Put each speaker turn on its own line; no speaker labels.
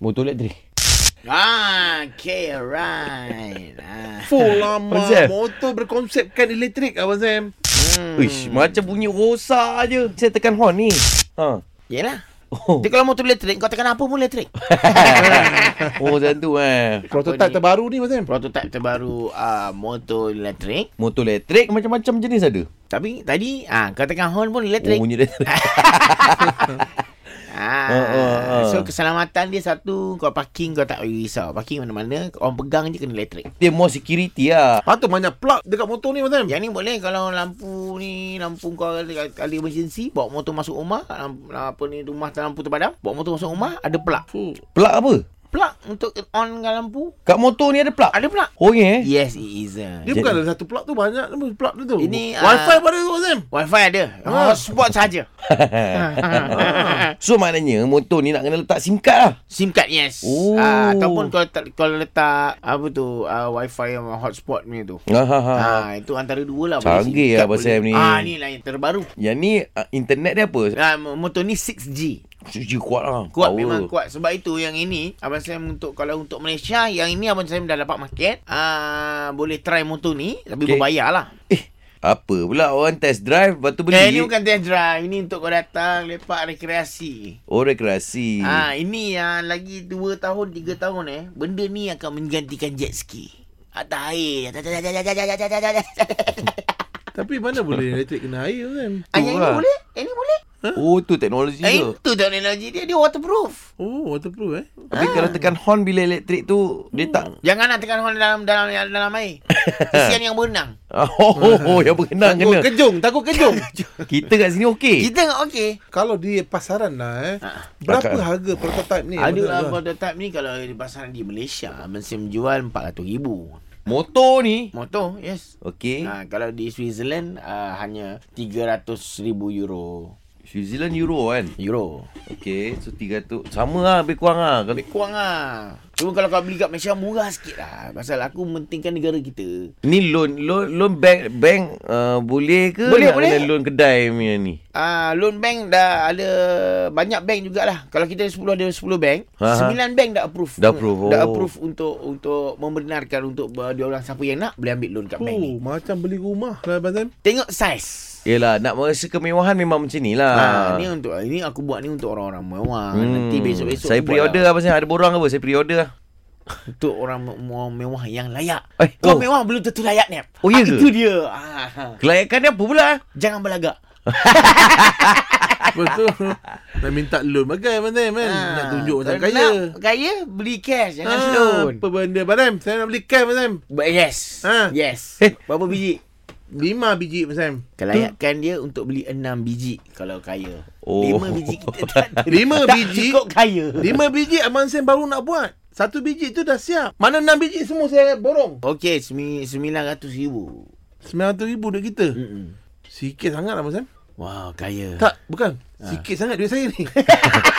Motor elektrik.
Ah, okay, alright. Ah.
Full lama.
Abang Sam.
Motor berkonsepkan elektrik Abang Sam.
Hmm. Uish, macam bunyi rosak je. Saya tekan horn ni. Ha.
Yelah.
Oh.
Dia kalau motor elektrik, kau tekan apa pun elektrik.
oh, macam tu eh.
Prototipe
ni?
terbaru ni Abang Sam.
Prototipe terbaru uh, motor elektrik.
Motor elektrik macam-macam jenis ada.
Tapi tadi, ah, kau tekan horn pun
Oh,
elektrik.
bunyi elektrik.
Ah,
Ah, ah, ah.
So keselamatan dia satu Kau parking kau tak payah risau Parking mana-mana Orang pegang je kena elektrik
Dia more security lah.
Patut banyak plug dekat motor ni Abang Sam.
Yang ni boleh kalau lampu ni Lampu kau ada kali emergency Bawa motor masuk rumah lampu, Apa ni rumah tak lampu terpadam Bawa motor masuk rumah Ada plug
Plug apa?
Plug untuk on kan lampu
Kat motor ni ada plug?
Ada plug
Oh, yeah. eh?
Yes it is uh.
Dia
Jadi-
bukan ada satu plug tu banyak nama plug dia tu.
Ini, ah,
wifi pada tu Abang Sam.
Wi-Fi ada
Ah.
Hotspot saja.
Ha, So, maknanya motor ni nak kena letak SIM card lah.
SIM card yes
Oh.
Ah, Ataupun kalau, letak- kalau letak Apa tu uh, Wi-Fi yang hotspot ni tu
Ha, ha, ha.
Ha, itu antara dua lah
Canggih
boleh
lah
singkat,
pasal
boleh-
ni.
Ah ni lah yang terbaru.
Yang ni ah, internet dia apa?
Ah motor ni 6G.
Suji kuat lah. Power.
Kuat memang kuat sebab itu yang ini abang Sam untuk kalau untuk Malaysia yang ini abang Sam dah dapat market. Ah boleh try motor ni tapi
Okay.
okay. berbayar lah.
Eh, apa pula orang test drive lepas tu beli?
Eh ini bukan test drive, ini untuk kau datang lepak rekreasi.
Oh, rekreasi.
Ah ini yang lagi 2 tahun 3 tahun eh benda ni akan menggantikan jet ski. Atas air.
Tapi mana boleh elektrik kena air Abang Sam.
Ah, yang ini
lah.
boleh? Yang Ini boleh?
Oh, tu teknologi
Eh,
tu.
itu teknologi dia. Dia waterproof.
Oh, waterproof eh.
Tapi kalau tekan horn bila elektrik tu, dia tak...
Jangan nak tekan orang dalam dalam dalam air. Kesian yang berenang.
Oh, oh, oh yang berkenaan
Takut
kena. Eh.
kejung, takut kejung.
Kita kat sini okey.
Kita tengok okey.
Kalau di pasaran lah eh.
Ha.
Berapa
Bakal.
harga prototipe
Eh,
ni?
Ada
Abang
lah
Sam?
prototype ni kalau di pasaran di Malaysia mesti menjual RM400,000.
Motor ni. Ah.
Motor, yes.
Okey.
Ha, kalau di Switzerland uh, hanya 300,000 euro.
Switzerland Euro kan.
Euro.
Okey, so 300. Sama lah, lebih kurang lah. Kalau-
Lebih kurang lah. Cuma kalau kau beli kat Malaysia murah sikit lah. Pasal aku mementingkan negara kita.
Ni loan loan loan bank bank uh, boleh ke
Boleh,
nak
boleh.
kena loan kedai punya ni?
Ah, loan bank dah ada banyak bank jugalah. Kalau kita 10 ada 10 bank,
Aha.
sembilan 9 bank dah approve.
Dah approve,
Dah
oh.
approve untuk untuk membenarkan untuk uh, dia orang siapa yang nak boleh ambil loan kat bank ni.
Oh, macam beli rumah lah Abang Sam.
Tengok saiz.
Yelah, nak merasa kemewahan memang macam ni ah, lah.
Ha, ni untuk ini aku buat ni untuk orang-orang mewah. Hmm. Nanti besok-besok
Saya
aku buat
pre-order
lah.
apa saya ada borang apa? Saya pre-order lah.
untuk orang me- me- mewah yang layak.
Eh, oh.
Kau mewah belum tentu layak ni.
Oh, iya ke?
Itu dia. Ah,
Kelayakan dia apa pula?
jangan berlagak.
Betul. Nak minta loan bagai Abang Sam kan.
Ah,
Nak tunjuk macam
kalau
kaya.
nak Kaya beli cash jangan
Ah,
loan.
Apa benda Abang Sam? Saya nak beli cam Abang Sam.
But yes.
Ah.
Yes.
Eh.
Berapa biji?
Lima biji Abang Sam.
Kelayakan dia untuk beli 6 biji kalau kaya.
Oh.
5 biji kita tak ada.
Lima
tak
biji?
cukup kaya.
Lima biji Abang Sam baru nak buat. Satu biji tu dah siap. Mana enam biji semua saya borong.
Okey, semi- 900 ribu.
RM900,000 duit kita.
Mm-mm.
Sikit sangat lah, Abang Sam.
Wow, kaya.
Tak, bukan. Sikit sangat duit saya ni.